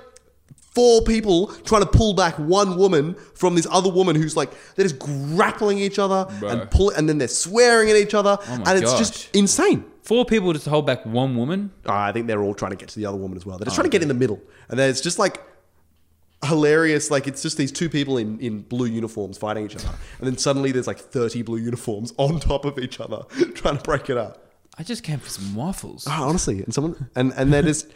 Four people trying to pull back one woman from this other woman who's like they're just grappling each other
Bro.
and pull and then they're swearing at each other
Oh my
and it's
gosh.
just insane.
Four people just to hold back one woman.
Uh, I think they're all trying to get to the other woman as well. They're just trying to get in the middle, and then it's just like hilarious. Like it's just these two people in in blue uniforms fighting each other, and then suddenly there's like thirty blue uniforms on top of each other trying to break it up.
I just came for some waffles.
Ah, honestly, and someone and and they're just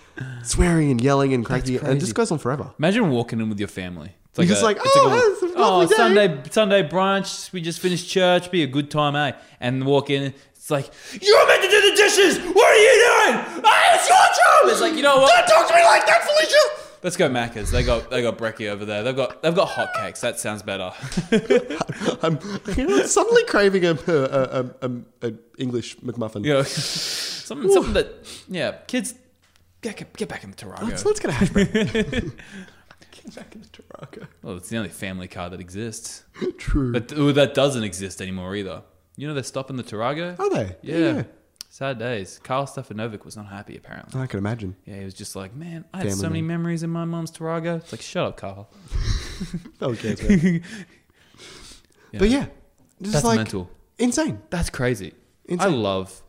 swearing and yelling and cranky, and it
crazy.
just goes on forever.
Imagine walking in with your family. It's
You're just like, "Oh, it's a
oh,
lovely day."
Sunday Sunday brunch. We just finished church. Be a good time, eh? And walk in. It's like you were meant to do the dishes. What are you doing? Ah, it's your job. It's like you know what?
Don't talk to me like that, Felicia.
Let's go Macca's. They got they got brekkie over there. They've got they've got hotcakes. That sounds better.
I'm, I'm suddenly craving a a, a, a, a English McMuffin.
you know, something something that yeah, kids get get, get back in the Tarago.
Oh, Let's, let's get a hash brown. Get back into Tarago.
Well, it's the only family car that exists.
True.
But well, that doesn't exist anymore either. You know they're stopping the Tarago.
Are they?
Yeah. Sad days. Carl Stefanovic was not happy apparently.
I can imagine.
Yeah, he was just like, man, I had
Family
so many
man.
memories in my mom's Tarago. It's like, shut up, Carl.
Okay.
Yeah.
But yeah, just
That's
like
mental.
insane.
That's crazy. I
Insane.
love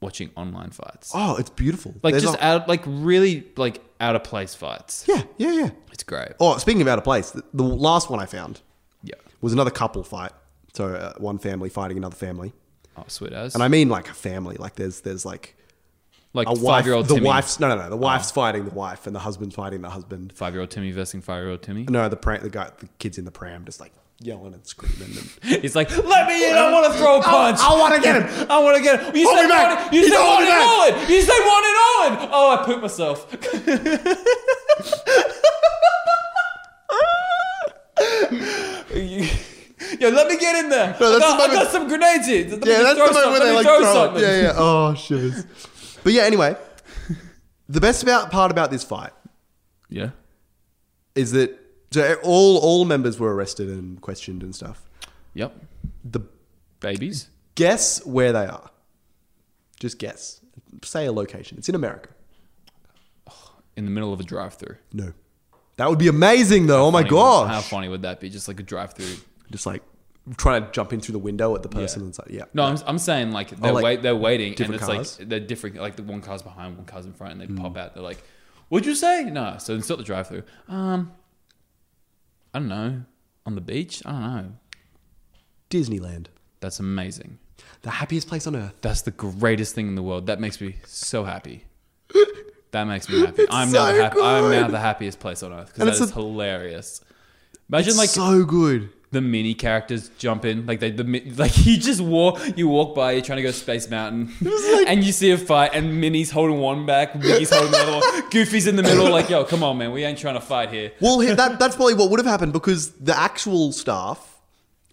watching online fights.
Oh, it's beautiful.
like
There's
just
a-
out, like really like out of place fights.
yeah, yeah, yeah.
It's great.
Oh, speaking of out of place, the, the last one I found
Yeah.
was another couple fight. So uh, one family fighting another family,
Oh, sweet as.
and I mean like a family. Like there's there's like
like
a
five
wife.
year old
The
Timmy.
wife's no, no, no. The
Oh.
wife's fighting the wife, and the husband's fighting the husband.
Five year old Timmy versing five year old Timmy.
No, the pram, the guy, the kids in the pram, just like yelling and screaming. And,
He's like, let me in. I want to throw a punch.
I, want to get him.
I want to get him. You
Hold
said
me back.
one. You
He's
said one
holding me
and
back.
Owen. You said one and Owen. Oh, I pooped myself. You- Yo, let me get in there.
No,
I,
that's
got,
the
I
moment-
got some grenades here. Let me
Yeah, that's
throw
the moment
something.
where they
Let me
like throw,
throw
it.
something.
Yeah, yeah. Oh, shivers. but yeah, anyway, the best about part about this fight
yeah.
is that so e, all all members were arrested and questioned and stuff.
Yep.
The
Babies.
guess where they are. Just guess. Say a location. It's in America.
In the middle of a drive through.
No. That would be amazing though. oh my
How
gosh.
funny would that be? Just like a drive through.
Just like trying to jump in through the window at the person
Yeah.
and say, yeah.
No, I'm, I'm saying like they're
Oh, like,
wait, they're waiting, and
different
it's
cars? Hmm.
like they're different. Like the one car's behind, one car's in front, and they pop out. They're like, "What'd you say?" No, so it's not the drive-through. Um, I don't know. On the beach, I don't know.
Disneyland.
That's amazing.
The happiest place on earth.
That's the greatest thing in the world. That makes me so happy. That makes me happy. I'm now
so
the hap- I'm now
good.
the happiest place on earth because
And
that
it's
is
a-
hilarious. Imagine like
so good.
the mini characters jump in like they the mi- like you just walk you walk by you're trying to go space mountain and you see a fight and minnie's holding one back Mickey's holding the other one goofy's in the middle like yo come on man we ain't trying to fight here
Well, he- that, that's probably what would have happened because the actual staff,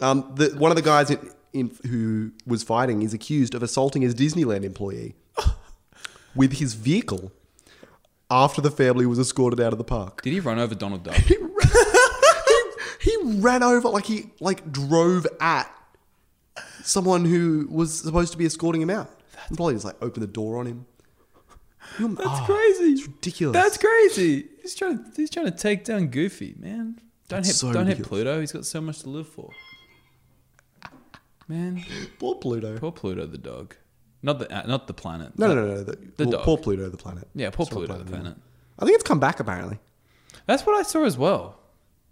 um, the, one of the guys in, in, who was fighting is accused of assaulting his Disneyland employee with his vehicle. after the family was escorted out of the park.
Did he run over Donald Duck?
He ran, he, he ran over like he like drove at someone who was supposed to be escorting him out. And probably just like opened the door on him. You're-
That's
oh,
crazy.
It's ridiculous.
That's crazy. Ah, He's trying to he's trying to take down Goofy, man. Don't
That's
hit
so
don't hit
ridiculous.
Pluto. He's got so much to live for. Man,
poor Pluto.
poor Pluto the dog. Not the uh, not the planet.
no,
That-
no, no, no. The,
The
well,
dog.
Poor Pluto, the planet.
Yeah, poor
It's not a
Pluto the planet.
I think it's come back apparently.
That's what I saw as well.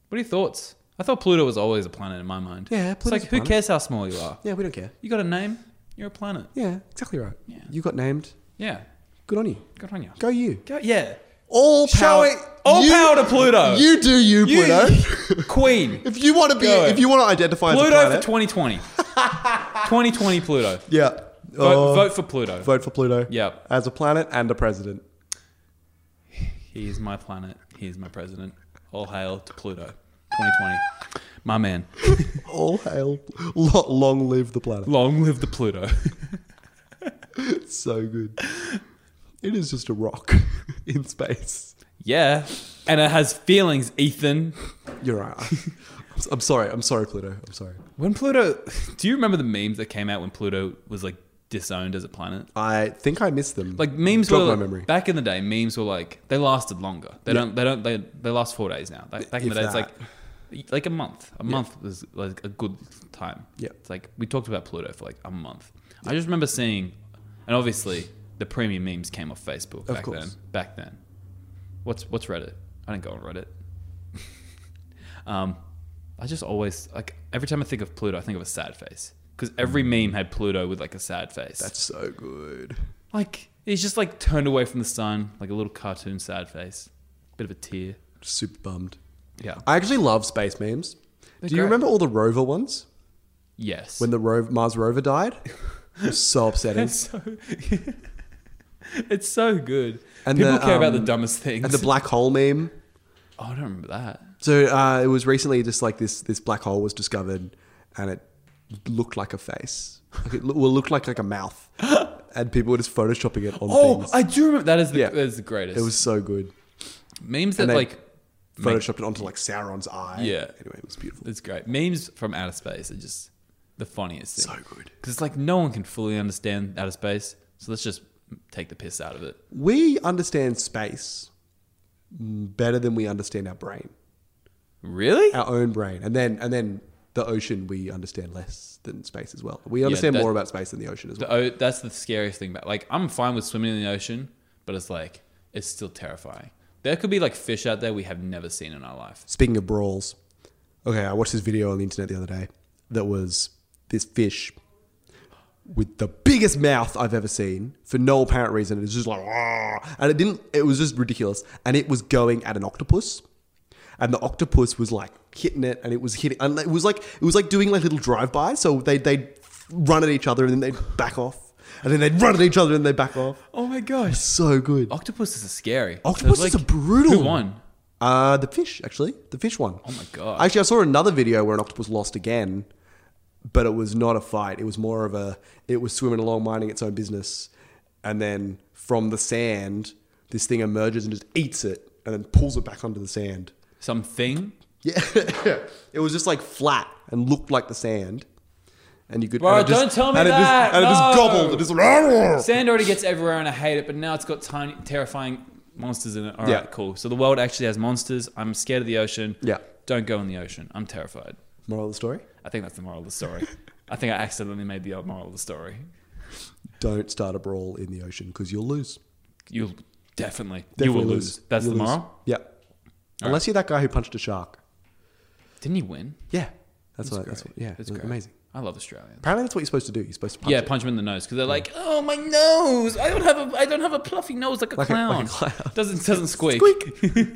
What are your thoughts? I thought Pluto was always a planet in my mind.
Yeah,
it's
Pluto's
like
a
who
planet.
cares how small you are?
Yeah, we don't care.
You got a name? You're a planet.
Yeah, exactly right.
Yeah.
You got named.
Yeah,
Good on you.
good on you.
Go you.
Go yeah.
All power.
Showing all
you-
power to Pluto.
You do you,
You-
Pluto.
Queen.
if you want to be,
Go.
if you want to identify as a
Pluto for
planet,
2020. 2020 Pluto.
yeah.
Vote,
Uh,
vote for Pluto.
vote for Pluto.
Yep.
As a planet and a president.
He is my planet. He is my president. All hail to Pluto. 2020. My man.
All hail. Lo- Long live the planet.
Long live the Pluto.
It's so good. It is just a rock in space.
yeah. And it has feelings, Ethan.
You're right. I'm, s- I'm sorry. I'm sorry, Pluto. I'm sorry.
When Pluto. Do you remember the memes that came out when Pluto was like disowned as a planet?
I think I missed them.
Like memes
Jog
were
my memory.
back in the day. Memes were like they lasted longer. They don't. They don't. They, they last four days now. Like, back in
If
the day, it's
that.
like like a month. A month was like a good time.
Yeah.
It's like we talked about Pluto for like a month. I just remember seeing, and obviously the premium memes came off Facebook back then.
course.
Back then, what's what's Reddit? I didn't go on Reddit. um, I just always like every time I think of Pluto, I think of a sad face because every meme had Pluto with like a sad face.
Mm. That's so good.
Like he's just like turned away from the sun, like a little cartoon sad face, bit of a tear.
Super bummed.
Yeah.
I actually love space memes.
They're
Do you
great.
remember all the rover ones
Yes.
when the rov- Mars rover died? It was so upsetting.
it's so it's so good.
And
People
the,
care about the
um,
dumbest things.
And the black hole meme.
oh, I don't remember that.
So uh, it was recently just like this this black hole was discovered, and it looked like a face. Like it loo- well, looked like like a mouth, and people were just photoshopping it on
Oh,
things.
I do remember. That is the
Yeah.
that is the greatest.
it was so good.
memes that
they-
like
Photoshopped it onto like Sauron's eye.
Yeah.
Anyway, it was beautiful.
it's great. Memes from outer space are just the funniest
So
thing.
good.
Because it's like no one can fully understand outer space, so let's just take the piss out of it.
We understand space better than we understand our brain,
Really?
our own brain, and then and then the ocean we understand less than space as well. We understand
that-
more about space than the ocean as well.
The, o that's the scariest thing about like I'm fine with swimming in the ocean, but it's like it's still terrifying. There could be like fish out there we have never seen in our life.
Speaking of brawls, okay, I watched this video on the internet the other day that was this fish with the biggest mouth I've ever seen for no apparent reason. It was just like, "Argh," and it didn't, it was just ridiculous. And it was going at an octopus. And the octopus was like hitting it and it was hitting, and it was like, it was like doing like little drive bys So they, they'd run at each other and then they'd back off. And then they'd run at each other and they'd back off.
Oh my gosh.
So good.
Octopuses are scary.
Octopus
They're,
is a brutal
Who
one.
won?
Uh, the fish, actually. The fish one. Oh
my God.
Actually, I saw another video where an octopus lost again, but it was not a fight. It was more of a, it was swimming along, minding its own business. And then from the sand, this thing emerges and just eats it and then pulls it back onto the sand.
Something.
Yeah. it was just like flat and looked like the sand. And you could.
Bro,
and it just-
don't tell me
and it just-
that.
and it just
No.
gobbled. It just. "Arr!"
Sand already gets everywhere and I hate it, but now it's got tiny terrifying monsters in it. Alright,
Yeah.
cool. So the world actually has monsters. I'm scared of the ocean.
Yeah.
Don't go in the ocean. I'm terrified.
Moral of the story?
I think that's the moral of the story. I think I accidentally made the moral of the story.
Don't start a brawl in the ocean because you'll lose.
You'll definitely,
Definitely
you will lose. That's
You'll
the
lose.
moral.
Yeah. Unless you're that guy who punched a shark.
Didn't he win?
Yeah, that's
It's
what. That's what.
great.
Yeah,
It's
it's
great.
amazing.
I love Australians.
Apparently, that's what you're supposed to do. You're supposed to punch
yeah,
it.
punch them in the nose because they're like, "Oh my nose! I don't have a, I don't have a fluffy nose like a
Like a-
clown.
like a clown.
Doesn't doesn't squeak.
Squeak.